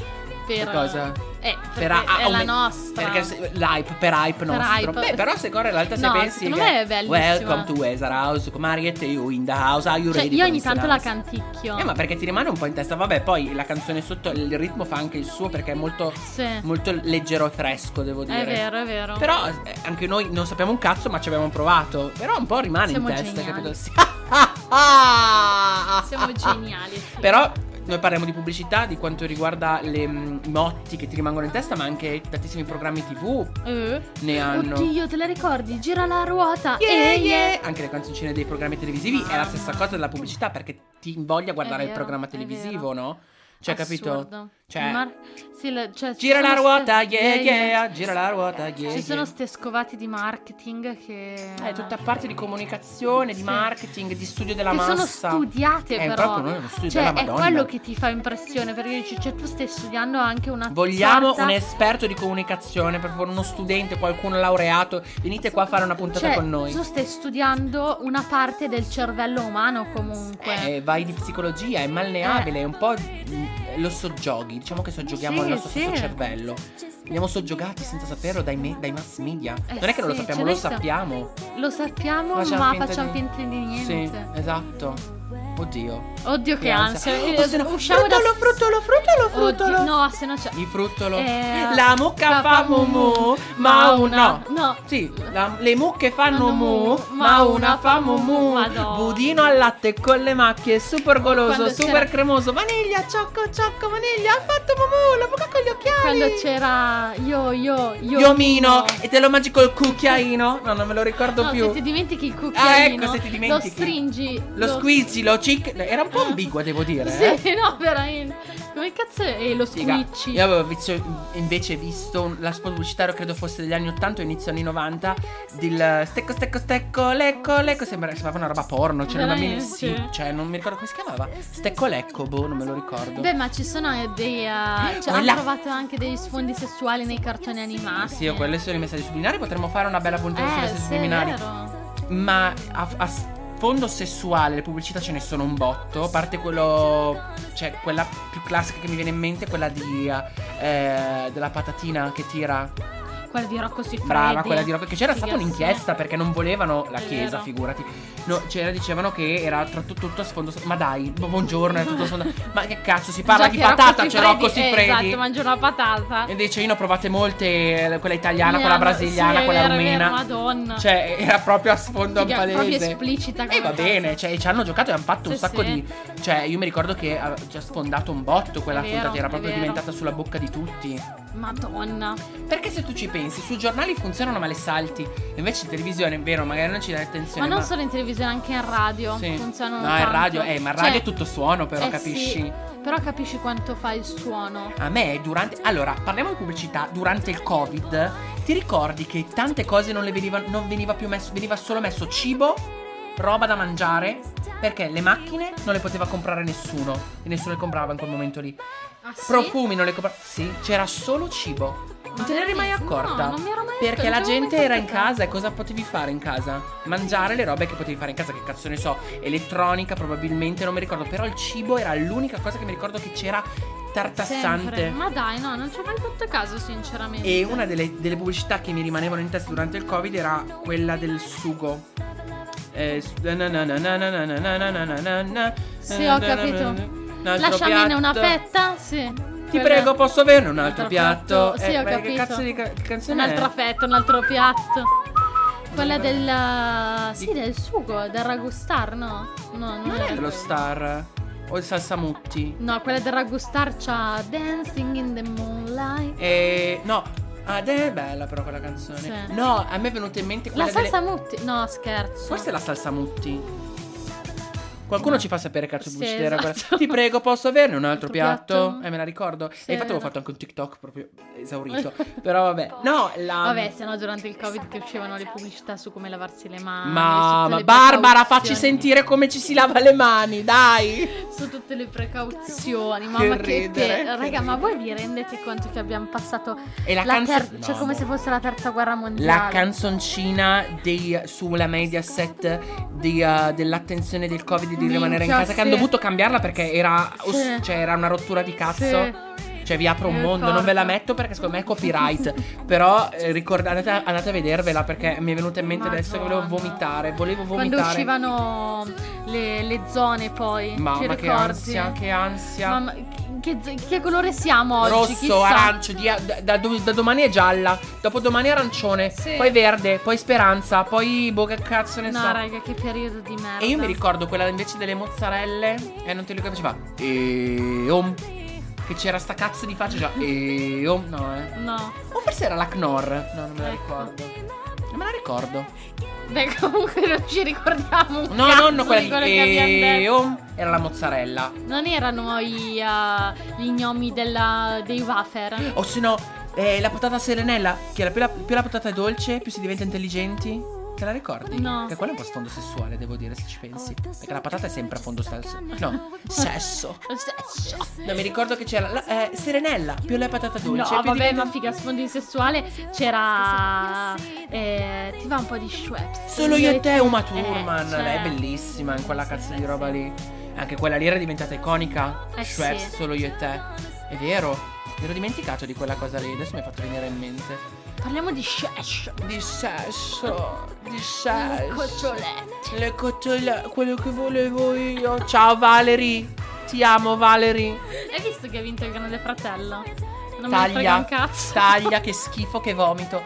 S1: per
S3: Per cosa?
S1: Eh,
S3: Per
S1: per
S3: a-
S1: è
S3: aument-
S1: la nostra.
S3: ah, Perché se- l'hype, per hype
S1: Per
S3: nostro.
S1: hype.
S3: Beh, però se corre l'altra se
S1: No,
S3: pensi.
S1: secondo
S3: che-
S1: me è bellissima.
S3: Welcome to Weser House, Mariette, you in the house. Are you
S1: Cioè,
S3: ready
S1: io
S3: for
S1: ogni
S3: this
S1: tanto la
S3: house?
S1: canticchio.
S3: Eh, ma perché ti rimane un po' in testa? Vabbè, poi la canzone sotto il ritmo fa anche il suo perché è molto,
S1: Sì,
S3: molto leggero e fresco, devo dire.
S1: è vero, è vero.
S3: Però eh, anche noi non sappiamo un cazzo, ma ci abbiamo provato. Però un po' rimane
S1: Siamo
S3: in testa,
S1: geniali.
S3: capito? Sì.
S1: Siamo geniali. sì.
S3: Però noi parliamo di pubblicità, di quanto riguarda le, mm, i motti che ti rimangono in testa, ma anche tantissimi programmi TV
S1: Eh.
S3: ne hanno.
S1: Oddio, te la ricordi? Gira la ruota.
S3: Yeah,
S1: eh,
S3: yeah. Anche le canzoncine dei programmi televisivi è la
S1: Mamma.
S3: stessa cosa della pubblicità perché ti invoglia a guardare il
S1: vero,
S3: programma
S1: è
S3: televisivo,
S1: vero.
S3: no? Cioè, capito?
S1: Assurdo.
S3: Cioè-
S1: Mar- sì, la- cioè, ci
S3: Gira la
S1: sono
S3: ruota,
S1: ste-
S3: yeah, yeah, gira la ruota, yeah.
S1: Ci sono
S3: yeah.
S1: ste scovate di marketing che...
S3: Eh, È tutta parte di comunicazione, di
S1: Sì.
S3: marketing, di studio della
S1: che
S3: massa.
S1: sono studiate
S3: Eh, È
S1: però
S3: proprio uno studio
S1: cioè
S3: della
S1: è
S3: Madonna.
S1: quello che ti fa impressione perché dici cioè tu stai studiando anche una
S3: Vogliamo
S1: sorta-
S3: un esperto di comunicazione, per favore, uno studente, qualcuno laureato. Venite qua a fare una puntata
S1: cioè,
S3: con noi.
S1: tu stai studiando una parte del cervello umano comunque
S3: Eh, vai di psicologia, è malleabile, è un po' di- lo soggioghi, mm, diciamo che soggioghiamo
S1: Sì,
S3: il nostro
S1: sì.
S3: stesso cervello. Veniamo soggiogati senza saperlo dai, me- dai mass media.
S1: Eh
S3: non è che non lo
S1: sì,
S3: sappiamo,
S1: cioè
S3: lo
S1: noi sa-
S3: sappiamo.
S1: Lo sappiamo,
S3: Facciamo
S1: ma
S3: finta
S1: facciamo
S3: di-
S1: finta di niente.
S3: Sì, esatto. Oddio.
S1: Oddio, che
S3: Che
S1: ansia. Eh,
S3: Oh, se no-
S1: Usciamo da.
S3: fruttolo, fruttolo, fruttolo,
S1: Oddio,
S3: fruttolo.
S1: no, se no c'è.
S3: Il fruttolo.
S1: Eh,
S3: la mucca fa mu mu, ma una.
S1: No.
S3: Sì, la- le mucche fanno
S1: Fanno
S3: mu,
S1: mu,
S3: ma una fa mu mu.
S1: Madonna.
S3: Budino al latte con le macchie, super goloso,
S1: Quando
S3: super
S1: c'era-
S3: cremoso, vaniglia, ciocco, ciocco, vaniglia, ha fatto mu mu, la mucca con gli occhiali.
S1: Quando c'era io, io, io.
S3: Yomino e te lo mangi col cucchiaino? No, non me lo ricordo
S1: No,
S3: più.
S1: se ti dimentichi il
S3: Ah,
S1: cucchiaino
S3: ecco, se ti
S1: Lo
S3: dimentichi.
S1: stringi
S3: Lo squizzi, lo cic. Era un po' ambigua, devo dire. eh.
S1: Ah. Sì, no, veramente Come cazzo è eh, lo
S3: Figa.
S1: squicci?
S3: Io avevo visto- invece visto un- la spot pubblicitaria, credo fosse degli anni 80 o inizio anni 90, del stecco, stecco, stecco, lecco, lecco. Sembra, sembrava una roba porno. C'era una mini.
S1: Veramente?
S3: Sì, cioè, non mi ricordo come si chiamava. Stecco, lecco, boh, non me lo ricordo.
S1: Beh, ma ci sono eh, dei. eh, cioè, hanno
S3: Quella-
S1: trovato anche degli sfondi sessuali nei cartoni animati.
S3: sì, quelli sono i messaggi subliminari. Potremmo fare una bella puntata sui
S1: Eh,
S3: messaggi
S1: sì, è
S3: subliminari.
S1: vero.
S3: Ma a, a s- fondo sessuale le pubblicità ce ne sono un botto. A parte quello. Cioè, quella più classica che mi viene in mente, quella di. eh, della patatina che tira.
S1: Quella di Rocco Siffredi.
S3: Brava, quella di Rocco. Che c'era
S1: Figa,
S3: stata un'inchiesta perché non volevano la
S1: È
S3: chiesa,
S1: vero.
S3: figurati. No, c'era, dicevano che era tro- tu- tutto a sfondo. Ma dai, bu- buongiorno, era tutto a sfondo. Ma che cazzo, si
S1: sì.
S3: parla
S1: Già
S3: di
S1: che Rocco
S3: patata, c'è Rocco
S1: Siffredi- eh,
S3: Siffredi.
S1: Esatto, mangia una patata.
S3: E Invece io ne ho provate molte, eh, quella italiana,
S1: Italiana,
S3: quella brasiliana,
S1: sì, è
S3: quella
S1: vero, è
S3: rumena.
S1: vero, madonna.
S3: Cioè, era proprio a sfondo a
S1: Figa,
S3: palese.
S1: proprio esplicita
S3: E
S1: come
S3: va
S1: cosa.
S3: bene, cioè, ci hanno giocato e hanno fatto un
S1: Sì,
S3: sacco
S1: sì.
S3: di. Cioè, io mi ricordo che ha già sfondato un botto quella
S1: È vero,
S3: puntata, era
S1: è
S3: proprio
S1: vero.
S3: diventata sulla bocca di tutti.
S1: Madonna.
S3: Perché se tu ci pensi, sui giornali funzionano ma le salti. Invece in televisione, è vero, magari non ci dai
S1: Ma
S3: attenzione.
S1: non solo in televisione, anche in radio.
S3: Sì.
S1: Funzionano
S3: No, il
S1: tanto.
S3: radio, eh, ma il radio
S1: Cioè,
S3: è tutto suono, però,
S1: eh,
S3: capisci?
S1: sì, però capisci quanto fa il suono.
S3: A me durante. Allora, parliamo di pubblicità. Durante il Covid, ti ricordi che tante cose non le veniva, non veniva più messo. Veniva solo messo cibo, roba da mangiare. Perché le macchine non le poteva comprare nessuno. E nessuno le comprava in quel momento lì.
S1: Ah, sì?
S3: Profumi non le comprava. Sì, c'era solo cibo.
S1: Ma
S3: Non te ne eri mai
S1: veramente?
S3: accorta?
S1: No, non mi ero mai
S3: Perché
S1: accorta,
S3: la
S1: non ci avevo
S3: gente
S1: mai
S3: era in
S1: capito.
S3: casa e cosa potevi fare in casa? Mangiare le robe che potevi fare in casa, che cazzo ne so, elettronica probabilmente, non mi ricordo, però il cibo era l'unica cosa che mi ricordo che c'era tartassante.
S1: Sempre. Ma dai, no, non ci ho mai fatto caso, sinceramente.
S3: E una delle, delle pubblicità che mi rimanevano in testa durante il Covid era quella del sugo. Eh, su- na na na na na na na na na na na na na.
S1: Sì, ho capito.
S3: Un altro
S1: Lasciamene una
S3: piatto.
S1: fetta? Sì.
S3: Ti
S1: Quella-
S3: prego, posso averne un altro piatto?
S1: Sì,
S3: Eh,
S1: ho
S3: ma
S1: capito.
S3: Che cazzo di ca- canzone
S1: Un'altra
S3: è?
S1: fetta, un altro piatto. Quella
S3: Dove-
S1: del. Sì,
S3: Di-
S1: del sugo, del ragustar, no? No,
S3: Non
S1: era
S3: è dello
S1: quello.
S3: Star o il Salsamutti?
S1: No, quella del ragustar c'ha Dancing in the Moonlight.
S3: E no, ah, è bella però quella canzone.
S1: Sì.
S3: No, a me è venuta in mente quella
S1: La
S3: delle-
S1: salsa mutti. No, scherzo.
S3: Questa è la Salsamutti. Qualcuno ci fa sapere cazzo
S1: Sì,
S3: pubblicità era quella.
S1: esatto.
S3: Ti prego, posso averne un
S1: Altro
S3: altro piatto?
S1: piatto?
S3: Eh, me la ricordo.
S1: Sì,
S3: e infatti
S1: no.
S3: avevo fatto anche un TikTok proprio esaurito. però vabbè. No, la
S1: Vabbè, se no durante il Covid che uscivano le pubblicità su come lavarsi le mani.
S3: Ma,
S1: su tutte
S3: ma
S1: le
S3: Barbara, facci
S1: precauzioni.
S3: sentire come ci si lava le mani, dai.
S1: Su tutte le precauzioni, mamma che,
S3: ridere,
S1: te-
S3: che
S1: raga,
S3: ridere.
S1: ma voi vi rendete conto che abbiamo passato
S3: E la,
S1: la
S3: canzone
S1: ter- cioè come se fosse la terza guerra mondiale?
S3: La canzoncina dei, sulla Mediaset di, eh, dell'attenzione del Covid di
S1: Minchia,
S3: rimanere in casa, che hanno
S1: sì.
S3: dovuto cambiarla perché era,
S1: Sì. Eh,
S3: oss- cioè, era una rottura di cazzo. Cioè, vi apro un
S1: Mi
S3: mondo, non ve la
S1: ricordo.
S3: metto perché secondo me è copyright. Però eh, ricordate, andate a vedervela perché mi è venuta in mente adesso che volevo
S1: Madonna.
S3: vomitare. Volevo
S1: Quando
S3: vomitare.
S1: uscivano le, le zone poi, ti
S3: Mamma,
S1: ricordi?
S3: che ansia, che ansia.
S1: Mamma, che, che- che colore siamo oggi?
S3: Rosso,
S1: chissà.
S3: arancio, dia- da, da- da domani è gialla, dopodomani è arancione,
S1: Sì.
S3: poi verde, poi speranza, poi boh che cazzo ne
S1: No,
S3: so.
S1: raga, che periodo di merda.
S3: E io mi ricordo quella invece delle mozzarelle e non te lo capiva. E om. Che c'era sta cazzo di faccia già. E om. No, eh.
S1: No.
S3: O forse era la Knorr. No, non me la
S1: Ecco.
S3: ricordo. Non me la ricordo.
S1: Beh, comunque non ci ricordiamo un
S3: No,
S1: cazzo
S3: no, no, quella
S1: di
S3: lì.
S1: quello che abbiamo
S3: E
S1: detto.
S3: om. Era la mozzarella.
S1: Non erano i, eh, gli gnomi della, dei wafer.
S3: O se no, eh, la patata serenella. Che era più la, più la patata è dolce, più si diventa intelligenti. Te la ricordi?
S1: No.
S3: Che quello è un po' sfondo sessuale, devo dire, se ci pensi. Perché la patata è sempre a fondo stesso. No, sesso. No, mi ricordo che c'era la, eh, Serenella, più la patata
S1: No,
S3: dolce. più
S1: vabbè,
S3: diventa-
S1: ma figa, sfondo sessuale c'era. eh, ti va un po' di Schweppes. Eh, cioè,
S3: Solo io e te, Uma Thurman.
S1: Turman
S3: È bellissima in quella cazzo di roba lì. Anche quella lì era diventata iconica. Cioè,
S1: Eh,
S3: Schweppes,
S1: sì.
S3: solo io e te. È vero. Mi ero dimenticato di quella cosa lì, adesso mi hai fatto venire in mente.
S1: Parliamo di Shesh.
S3: Di sesso, di
S1: Le
S3: sesso.
S1: cocciolette.
S3: Le cocciole, quello che volevo io. Ciao Valerie, ti amo Valerie.
S1: Hai visto che ha vinto il grande fratello? Non me ne frega
S3: taglia,
S1: un cazzo.
S3: taglia, che schifo, che vomito.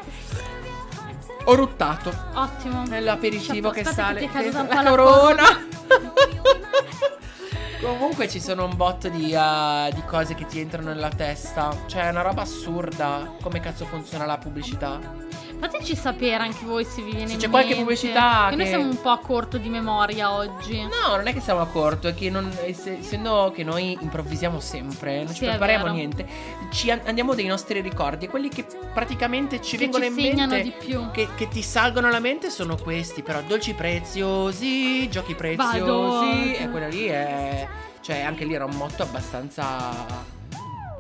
S3: Ho ruttato.
S1: Ottimo.
S3: È l'aperitivo che
S1: Aspetta
S3: sale.
S1: Che ti è caduta un
S3: che-
S1: po' la
S3: la corona. Comunque ci sono un botto di, eh, di cose che ti entrano nella testa. Cioè, è una roba assurda. Come cazzo funziona la pubblicità?
S1: Fateci sapere anche voi se vi viene
S3: Se
S1: in
S3: c'è qualche
S1: mente,
S3: pubblicità
S1: che noi
S3: che-
S1: siamo un po' a corto di memoria oggi.
S3: No, non è che siamo a corto, è che non, ess- essendo che noi improvvisiamo sempre, non
S1: Sì,
S3: ci
S1: è
S3: prepariamo
S1: vero.
S3: niente, ci an- andiamo dei nostri ricordi e quelli che praticamente
S1: Che
S3: ci vengono
S1: ci
S3: in
S1: segnano
S3: mente,
S1: di più.
S3: Che, che ti salgono alla mente sono questi, però dolci preziosi, giochi preziosi, e quella lì è... Cioè anche lì era un motto abbastanza...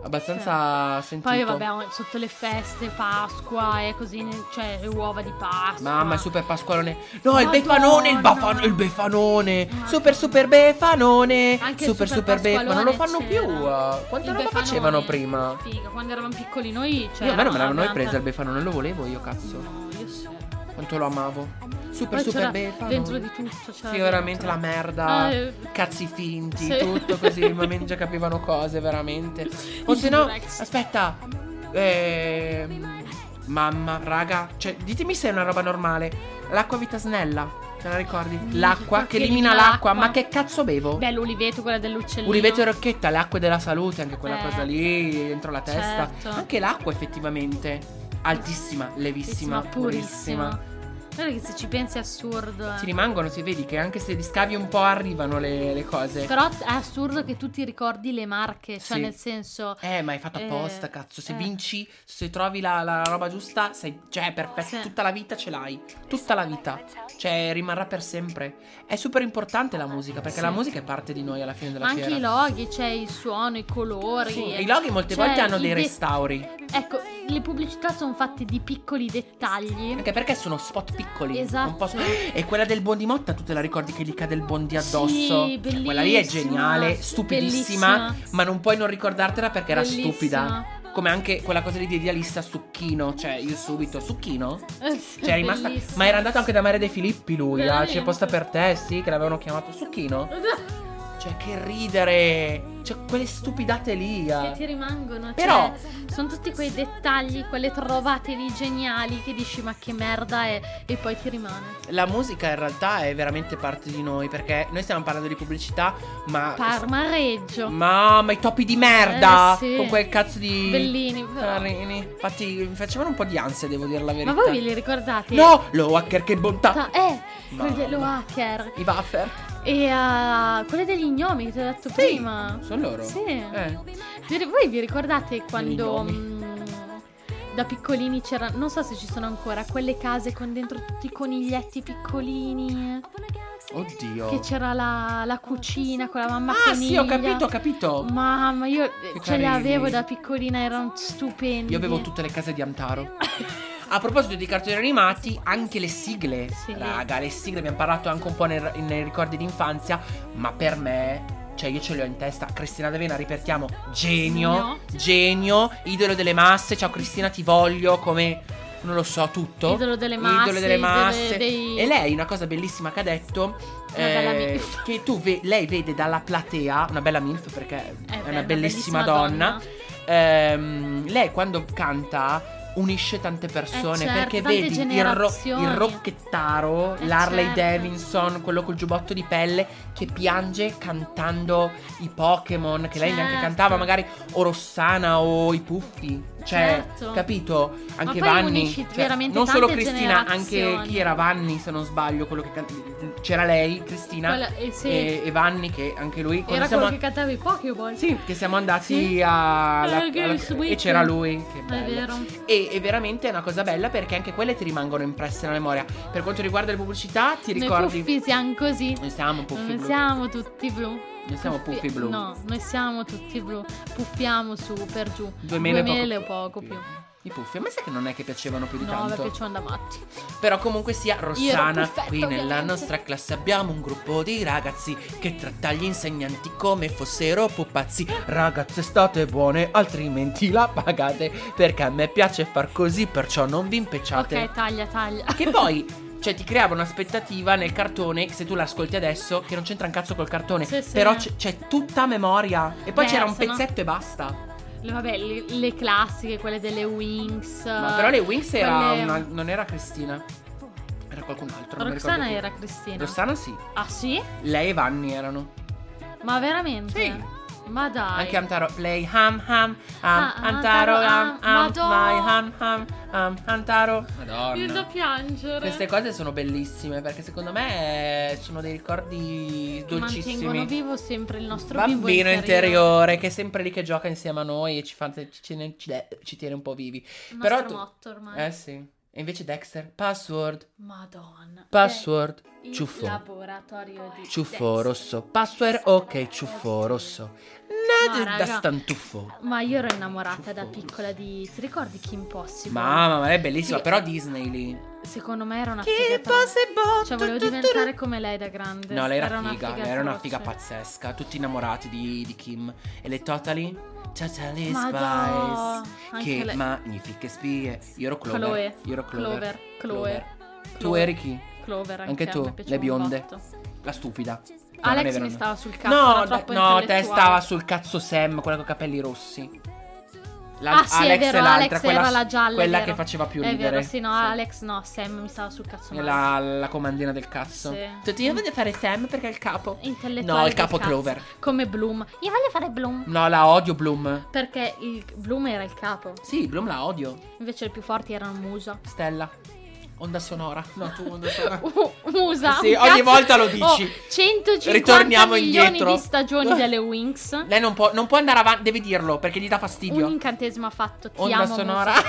S3: abbastanza sentito.
S1: Poi vabbè, sotto le feste, Pasqua e così, ne- cioè le uova di Pasqua.
S3: Mamma, il super pasqualone. No, il
S1: Madonna.
S3: befanone, il, bafan- il befanone.
S1: Madonna.
S3: Super super befanone.
S1: Anche il
S3: super
S1: super
S3: super befanone. Ma non lo fanno
S1: pasqualone
S3: più.
S1: c'era.
S3: eh. Quanta
S1: Il
S3: roba
S1: Befanone.
S3: facevano prima?
S1: Figa, quando eravamo piccoli noi c'era
S3: Io a me non me
S1: la
S3: l'hanno mai
S1: grande-
S3: presa il befanone, lo volevo io, cazzo.
S1: No, io sì.
S3: Quanto lo amavo. Super
S1: Poi
S3: super
S1: c'era
S3: befanone.
S1: dentro di tutto, c'era
S3: Sì, veramente
S1: dentro.
S3: la merda.
S1: Certo. Eh,
S3: Cazzi finti,
S1: sì.
S3: tutto così. Ma men- già capivano cose, veramente. O
S1: Il
S3: se no,
S1: Durex.
S3: aspetta. Ehm, Mamma, raga. Cioè, ditemi se è una roba normale. L'acqua vita snella. Te la ricordi?
S1: Minchia,
S3: L'acqua che elimina l'acqua. Ma che cazzo bevo?
S1: Bello l'uliveto, quella dell'uccellino.
S3: Uliveto e Rocchetta, le acque della salute, anche quella
S1: Eh.
S3: cosa lì dentro la testa.
S1: Certo.
S3: Anche l'acqua effettivamente. Altissima, levissima, purissima.
S1: Guarda che se ci pensi è assurdo. eh.
S3: Ti rimangono, si vedi che anche se li scavi un po' arrivano le, le cose.
S1: Però è assurdo che tu ti ricordi le marche, cioè
S3: Sì.
S1: nel senso...
S3: Eh, ma hai fatto apposta,
S1: Eh,
S3: cazzo. Se
S1: eh.
S3: vinci, se trovi la, la roba giusta, sei, cioè, perfetto.
S1: Sì.
S3: Tutta la vita ce l'hai. Tutta la vita. Cioè, rimarrà per sempre. È super importante la musica, perché
S1: Sì.
S3: la musica è parte di noi alla fine della
S1: Ma anche
S3: fiera.
S1: i loghi, c'è il suono, i colori.
S3: Sì,
S1: eh.
S3: I loghi molte
S1: Cioè,
S3: volte hanno
S1: i
S3: dei
S1: de-
S3: restauri.
S1: Ecco, le pubblicità sono fatte di piccoli dettagli.
S3: Anche perché sono spot piccoli.
S1: Esatto.
S3: non posso- E quella del buon di Motta, tu te la ricordi che gli cade il buon di addosso?
S1: Sì,
S3: Cioè, quella lì è
S1: bellissima,
S3: geniale, stupidissima,
S1: bellissima.
S3: ma non puoi non ricordartela perché era
S1: Bellissima.
S3: stupida. Come anche quella cosa lì di idealista Succhino. Cioè, io subito, Succhino? Cioè, è rimasta.
S1: Bellissimo.
S3: Ma era andato anche da Maria De Filippi lui. Ah,
S1: Veramente?
S3: c'è posta per te, sì, che l'avevano chiamato Succhino. Cioè, che ridere. Cioè, quelle stupidate lì. ah.
S1: Che ti rimangono.
S3: Però-
S1: cioè, sono tutti quei dettagli, quelle trovate lì geniali che dici ma che merda è e poi ti rimane.
S3: La musica in realtà è veramente parte di noi. Perché noi stiamo parlando di pubblicità, ma.
S1: Parma Reggio.
S3: Mamma, i topi di merda!
S1: Eh, sì.
S3: Con quel cazzo di.
S1: Bellini, però.
S3: Ferrini. Infatti, mi facevano un po' di ansia, devo dire la verità.
S1: Ma voi ve li ricordate?
S3: No! Lo hacker che bontà!
S1: Eh,
S3: Mamma.
S1: quelli dello hacker.
S3: I buffer.
S1: E eh, quelle degli gnomi che ti ho detto prima.
S3: Sono loro.
S1: Sì.
S3: Eh.
S1: Vi- Voi vi ricordate quando
S3: gnomi.
S1: mm, da piccolini c'era, non so se ci sono ancora, quelle case con dentro tutti i coniglietti piccolini?
S3: Oddio.
S1: Che c'era la, la cucina con la mamma
S3: ah,
S1: coniglia.
S3: sì, ho capito, ho capito.
S1: Mamma, io eh,
S3: Che
S1: ce le
S3: carini.
S1: avevo da piccolina, erano stupendi.
S3: Io avevo tutte le case di Amtaro. A proposito di cartoni animati, anche le sigle.
S1: Sì.
S3: Raga, le sigle abbiamo parlato anche un po' nel- nei ricordi d'infanzia, ma per me. Cioè, io ce le ho in testa. Cristina D'Avena, ripetiamo, genio,
S1: No.
S3: genio, idolo delle masse. Ciao Cristina, ti voglio come, non lo so, tutto.
S1: Idolo delle masse,
S3: Idolo delle
S1: idolo
S3: masse.
S1: dei- Eh,
S3: E lei, una cosa bellissima che ha detto, eh,
S1: Una bella milf.
S3: che tu, ve- lei vede dalla platea, una bella milf perché
S1: Eh,
S3: è
S1: beh,
S3: una bellissima, donna. Ehm, lei quando canta unisce tante persone
S1: Eh, certo,
S3: perché
S1: tante
S3: vedi il, ro-
S1: generazioni.
S3: il rocchettaro,
S1: Eh,
S3: l'Harley
S1: certo.
S3: Davidson, quello col giubbotto di pelle che piange cantando i Pokémon che lei neanche
S1: Certo.
S3: cantava, magari o Rossana o i Puffi. Cioè,
S1: Certo.
S3: capito? Anche
S1: poi
S3: Vanni.
S1: unisci
S3: Cioè,
S1: veramente
S3: non solo
S1: tante
S3: Cristina, anche
S1: generazioni.
S3: chi era Vanni, se non sbaglio, quello che can- c'era lei, Cristina
S1: Quella- eh, sì.
S3: e, e Vanni che anche lui quando
S1: Era
S3: siamo
S1: quello che cantava i Pokémon.
S3: sì, che siamo andati
S1: Sì.
S3: a.
S1: Eh,
S3: alla-
S1: Girls
S3: alla- e
S1: Weekend.
S3: c'era lui. Che
S1: È
S3: bello.
S1: vero.
S3: E, e veramente è una cosa bella perché anche quelle ti rimangono impresse nella memoria. Per quanto riguarda le pubblicità, ti
S1: Noi
S3: ricordi.
S1: puffi siamo così.
S3: Noi siamo puffi
S1: non
S3: blu.
S1: siamo tutti blu.
S3: Noi siamo puffi blu.
S1: No, noi siamo tutti blu. Puffiamo su per giù.
S3: Due mele,
S1: Due
S3: poco-
S1: mele o poco più.
S3: I puffi, a me sa che non è che piacevano più di
S1: No,
S3: tanto.
S1: perché ci andava matti.
S3: Però comunque sia
S1: Io
S3: Rossana,
S1: ero perfetta,
S3: qui nella
S1: ovviamente.
S3: nostra classe abbiamo un gruppo di ragazzi che tratta gli insegnanti come fossero pupazzi. Ragazze state buone, altrimenti la pagate, perché a me piace far così, perciò non vi impecciate.
S1: Ok, taglia, taglia.
S3: Che poi... Cioè, ti creava un'aspettativa nel cartone, se tu l'ascolti adesso, che non c'entra un cazzo col cartone.
S1: Sì, sì.
S3: Però c- c'è tutta memoria. E poi
S1: Beh,
S3: c'era un
S1: se no-
S3: pezzetto e basta.
S1: Le- Vabbè, le, le classiche, quelle delle Wings.
S3: Ma però le Wings era
S1: Eh, quelle-
S3: una- non era Cristina. Era qualcun altro. non mi ricordo
S1: Roxana
S3: chi.
S1: era Cristina.
S3: Rossana sì.
S1: Ah sì?
S3: Lei e Vanni erano.
S1: Ma veramente?
S3: Sì.
S1: Ma dai.
S3: Anche Antaro. Play ham ham
S1: Ah,
S3: ham Antaro ham
S1: Antaro, ah,
S3: ham
S1: Madonna.
S3: my ham ham ham Antaro.
S1: Mi viene da
S3: Madonna.
S1: piangere.
S3: Queste cose sono bellissime perché secondo me eh, sono dei ricordi
S1: che mantengono
S3: dolcissimi.
S1: vivo sempre il nostro bimbo
S3: Bambino interiore che è sempre lì che gioca insieme a noi e ci, fa, ci, ci- ci- ci tiene un po' vivi.
S1: Il
S3: Però
S1: nostro
S3: tu-
S1: motto ormai.
S3: Eh sì. E invece Dexter, password,
S1: Madonna. Eh,
S3: password,
S1: Dai, il
S3: ciuffo.
S1: laboratorio di
S3: Ciuffo
S1: Dexter.
S3: rosso, password ok, ciuffo rosso.
S1: Ma,
S3: Nade da
S1: raga.
S3: stantuffo.
S1: Ma io ero innamorata da
S3: Ciuffo.
S1: piccola di... Ti ricordi Kim Possible?
S3: Mamma, ma lei è bellissima,
S1: Sì.
S3: però Disney lì.
S1: Secondo me era una
S3: Che
S1: figata.
S3: possible?
S1: Cioè volevo diventare come lei da grande.
S3: No, lei era,
S1: una
S3: figa, era una
S1: feroce.
S3: figa pazzesca, tutti innamorati di, di Kim. E le Totally? Totally
S1: Madò,
S3: Spice.
S1: anche
S3: Che
S1: lei.
S3: magnifiche spie. Io ero Clover.
S1: Chloe.
S3: Io ero Clover.
S1: Clover. Chloe.
S3: Tu eri chi?
S1: Clover anche,
S3: Anche
S1: a
S3: tu,
S1: me
S3: le
S1: piaceva un
S3: bionde.
S1: botto.
S3: La stupida. No, non è
S1: Alex
S3: vero,
S1: mi
S3: no.
S1: stava sul cazzo,
S3: No,
S1: era
S3: da-
S1: troppo
S3: no, te
S1: intellettuale.
S3: stava sul cazzo Sam, quella con i capelli rossi. La-
S1: Ah, sì, è vero, Alex era la gialla, è
S3: Quella
S1: vero.
S3: che faceva più
S1: È
S3: ridere.
S1: vero, sì, no, Alex no, Sam mi stava sul cazzo.
S3: E
S1: male.
S3: La, la comandina del cazzo.
S1: Sì.
S3: Tutti io voglio fare Sam perché è il capo.
S1: Intellettuale
S3: No, il
S1: del
S3: capo
S1: cazzo.
S3: Clover.
S1: Come Bloom. Io voglio fare Bloom.
S3: No, la odio Bloom.
S1: Perché il Bloom era il capo.
S3: Sì, Bloom la odio.
S1: Invece i più forti erano Musa.
S3: Stella. Onda sonora. No, tu onda sonora.
S1: Uh, Musa.
S3: Sì,
S1: un
S3: ogni
S1: cazzo-
S3: volta lo dici.
S1: Oh, 150
S3: Ritorniamo
S1: milioni
S3: indietro.
S1: di stagioni delle Wings.
S3: Lei non può, non può andare avanti, deve dirlo perché gli dà fastidio.
S1: Un incantesimo ha fatto. Ti
S3: onda
S1: amo,
S3: sonora.
S1: Musa.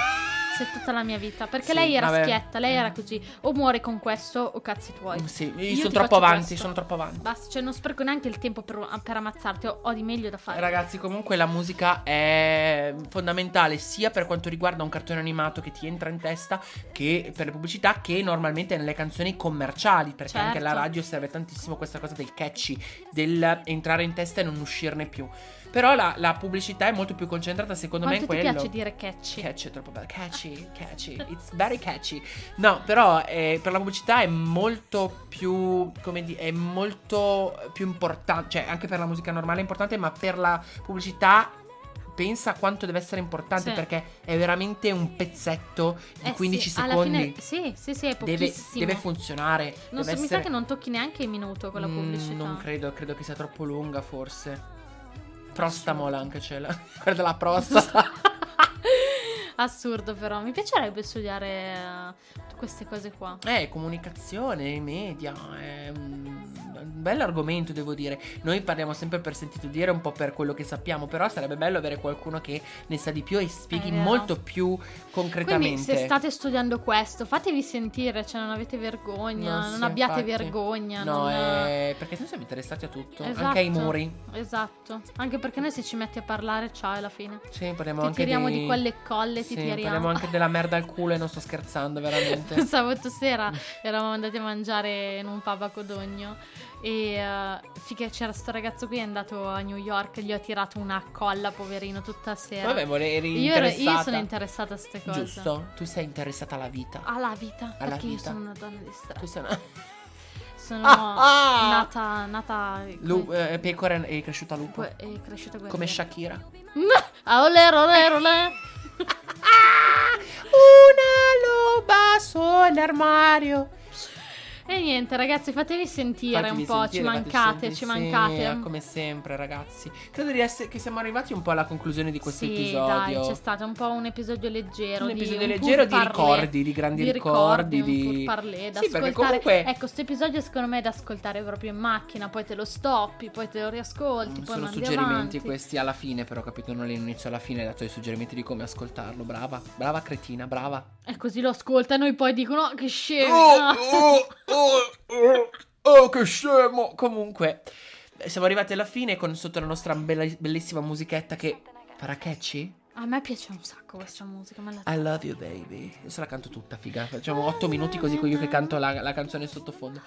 S1: C'è tutta la mia vita. Perché
S3: Sì,
S1: lei era
S3: vabbè.
S1: schietta, lei era così. O muore con questo o cazzi tuoi.
S3: Mm, sì, io
S1: Io
S3: sono
S1: ti
S3: troppo
S1: faccio
S3: avanti,
S1: questo.
S3: sono troppo avanti.
S1: Basta, cioè non spreco neanche il tempo per, per ammazzarti, ho, ho di meglio da fare.
S3: Ragazzi, comunque la musica è fondamentale sia per quanto riguarda un cartone animato che ti entra in testa che per le pubblicità che normalmente nelle canzoni commerciali, perché
S1: Certo.
S3: anche alla radio serve tantissimo questa cosa del catchy, del entrare in testa e non uscirne più. Però la, la pubblicità è molto più concentrata secondo
S1: Quanto ti
S3: me in quello. Cioè,
S1: piace dire catchy?
S3: Catchy, è troppo bello. Catchy, catchy. It's very catchy. No, però eh, per la pubblicità è molto più. come dire, è molto più importante. Cioè, anche per la musica normale è importante, ma per la pubblicità. Pensa a quanto deve essere importante
S1: Sì.
S3: perché è veramente un pezzetto di
S1: Eh
S3: 15
S1: sì, alla
S3: secondi.
S1: fine- sì, sì, sì, è
S3: deve,
S1: pochissimo.
S3: deve funzionare.
S1: Non
S3: deve
S1: so, Mi sa
S3: essere-
S1: che non tocchi neanche il minuto con la
S3: Mm,
S1: pubblicità.
S3: non credo, credo che sia troppo lunga forse. Prostamola anche c'è la. Guarda la prostata.
S1: Assurdo però, mi piacerebbe studiare eh, queste cose qua.
S3: Eh, comunicazione, media, è un un bello argomento devo dire. Noi parliamo sempre per sentito dire, un po' per quello che sappiamo, però sarebbe bello avere qualcuno che ne sa di più e spieghi
S1: È vero.
S3: molto più
S1: Quindi
S3: concretamente.
S1: se state studiando questo, fatevi sentire, cioè non avete vergogna,
S3: No,
S1: non
S3: sì,
S1: abbiate
S3: infatti.
S1: vergogna.
S3: No,
S1: non-
S3: eh, perché noi siamo interessati a tutto, anche
S1: Esatto.
S3: ai muri.
S1: Esatto, anche perché noi se ci metti a parlare, ciao, alla fine.
S3: Sì, parliamo
S1: Ti
S3: anche
S1: tiriamo
S3: dei-
S1: di quelle colle, ti
S3: Sì,
S1: tiriamo.
S3: parliamo anche della merda al culo e non sto scherzando veramente.
S1: Sabato sera eravamo andati a mangiare in un pub a Codogno e eh, finché c'era sto ragazzo qui è andato a New York, gli ho tirato una colla, poverino, tutta sera.
S3: Vabbè, volevi
S1: io, ero- io
S3: interessata.
S1: sono interessata a queste cose.
S3: Giusto, tu sei interessata alla vita.
S1: Alla vita,
S3: Alla
S1: perché io
S3: vita.
S1: sono una donna di strada.
S3: Tu sei una...
S1: Sono
S3: Ah, ah!
S1: nata, nata
S3: Lu- eh, pecora è cresciuta lupo.
S1: gue- e cresciuta guerriera.
S3: Come Shakira.
S1: Ah, olè, olè, olè. Ah!
S3: Una loba sull'armario.
S1: E niente, ragazzi, fatevi sentire un po', ci mancate, ci mancate.
S3: come sempre, ragazzi. Credo di essere, che siamo arrivati un po' alla conclusione di questo
S1: sì,
S3: episodio.
S1: dai, c'è stato un po' un episodio leggero.
S3: un
S1: di-
S3: episodio
S1: un
S3: leggero di
S1: pourparlers.
S3: ricordi, di grandi
S1: di
S3: ricordi,
S1: ricordi,
S3: di...
S1: un pourparlers da
S3: Sì, perché
S1: ascoltare.
S3: comunque
S1: Ecco, questo episodio secondo me è da ascoltare proprio in macchina, poi te lo stoppi, poi te lo riascolti,
S3: Mm,
S1: poi
S3: sono
S1: mandi
S3: suggerimenti
S1: Ecco, avanti.
S3: questi alla fine, però capito, non all'inizio, alla fine, dato i suggerimenti di come ascoltarlo. Brava, brava cretina, brava.
S1: E così lo ascoltano e poi dicono "Oh, che scemo.
S3: Oh, oh, oh, oh, oh, che scemo. Comunque, siamo arrivati alla fine con sotto la nostra bella- bellissima musichetta che farà catchy?
S1: A me piace un sacco questa musica, ma la
S3: I love you baby. Adesso la canto tutta, figa. Facciamo 8 minuti così con io che canto la, la canzone sottofondo.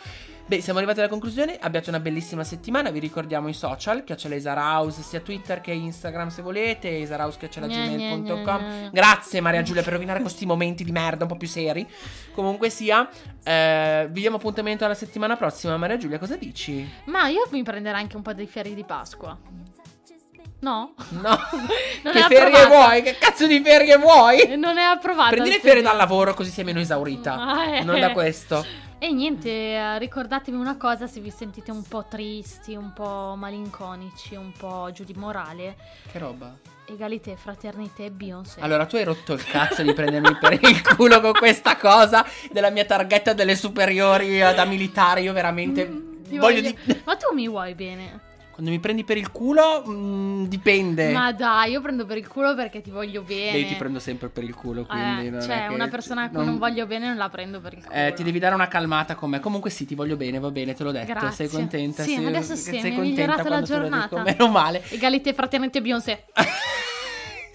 S3: Beh, siamo arrivati alla conclusione. Abbiate una bellissima settimana. Vi ricordiamo i social, chiacciala House, sia Twitter che Instagram se volete, isarouse.gmail.com. Grazie Maria Giulia per rovinare questi momenti di merda un po' più seri. Comunque sia, eh, vi diamo appuntamento alla settimana prossima. Maria Giulia, cosa dici?
S1: Ma io mi prenderò anche un po' dei fiori di Pasqua. No?
S3: No.
S1: Non
S3: che
S1: è
S3: ferie
S1: approvata.
S3: vuoi? Che cazzo di ferie vuoi?
S1: Eh, Non è approvato. Ah,
S3: Prendi le ferie dal lavoro così sei meno esaurita. Non da questo.
S1: eh. E niente, eh, ricordatevi una cosa, se vi sentite un po' tristi, un po' malinconici, un po' giù di morale,
S3: Che roba.
S1: egalite, fraternite e Beyoncé.
S3: Allora, tu hai rotto il cazzo di prendermi per il culo con questa cosa della mia targhetta delle superiori eh, da militare. Io veramente
S1: Mm, ti
S3: voglio, di-
S1: Ma tu mi vuoi bene?
S3: Quando mi prendi per il culo, mm, dipende.
S1: Ma dai, io prendo per il culo perché ti voglio bene.
S3: Beh, io ti prendo sempre per il culo, quindi...
S1: Eh,
S3: non
S1: cioè,
S3: è che-
S1: una persona a cui non... voglio bene non la prendo per il culo.
S3: Eh, ti devi dare una calmata con me. Comunque sì, ti voglio bene, va bene, te l'ho detto.
S1: Grazie.
S3: Sei contenta?
S1: Sì, adesso sì, mi
S3: sei
S1: è
S3: contenta
S1: migliorata la
S3: quando te lo dico?
S1: giornata.
S3: Meno male.
S1: Egalite, fraternite e Beyoncé.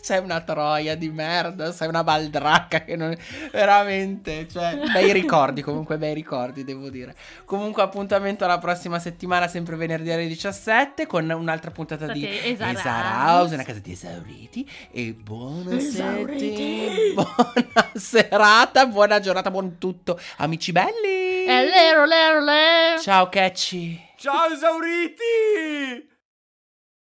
S3: Sei una troia di merda, sei una baldracca che non... Veramente, cioè, bei ricordi, comunque bei ricordi, devo dire. Comunque appuntamento alla prossima settimana, sempre venerdì alle 17, con un'altra puntata di
S1: Sì, Esa
S3: Esa
S1: House.
S3: House, una casa di esauriti. E buona
S1: Esauriti.
S3: sete- buona serata, buona giornata, buon tutto. Amici belli!
S1: E Eh, lero, lero, lero.
S3: Ciao, Catchy!
S2: Ciao esauriti!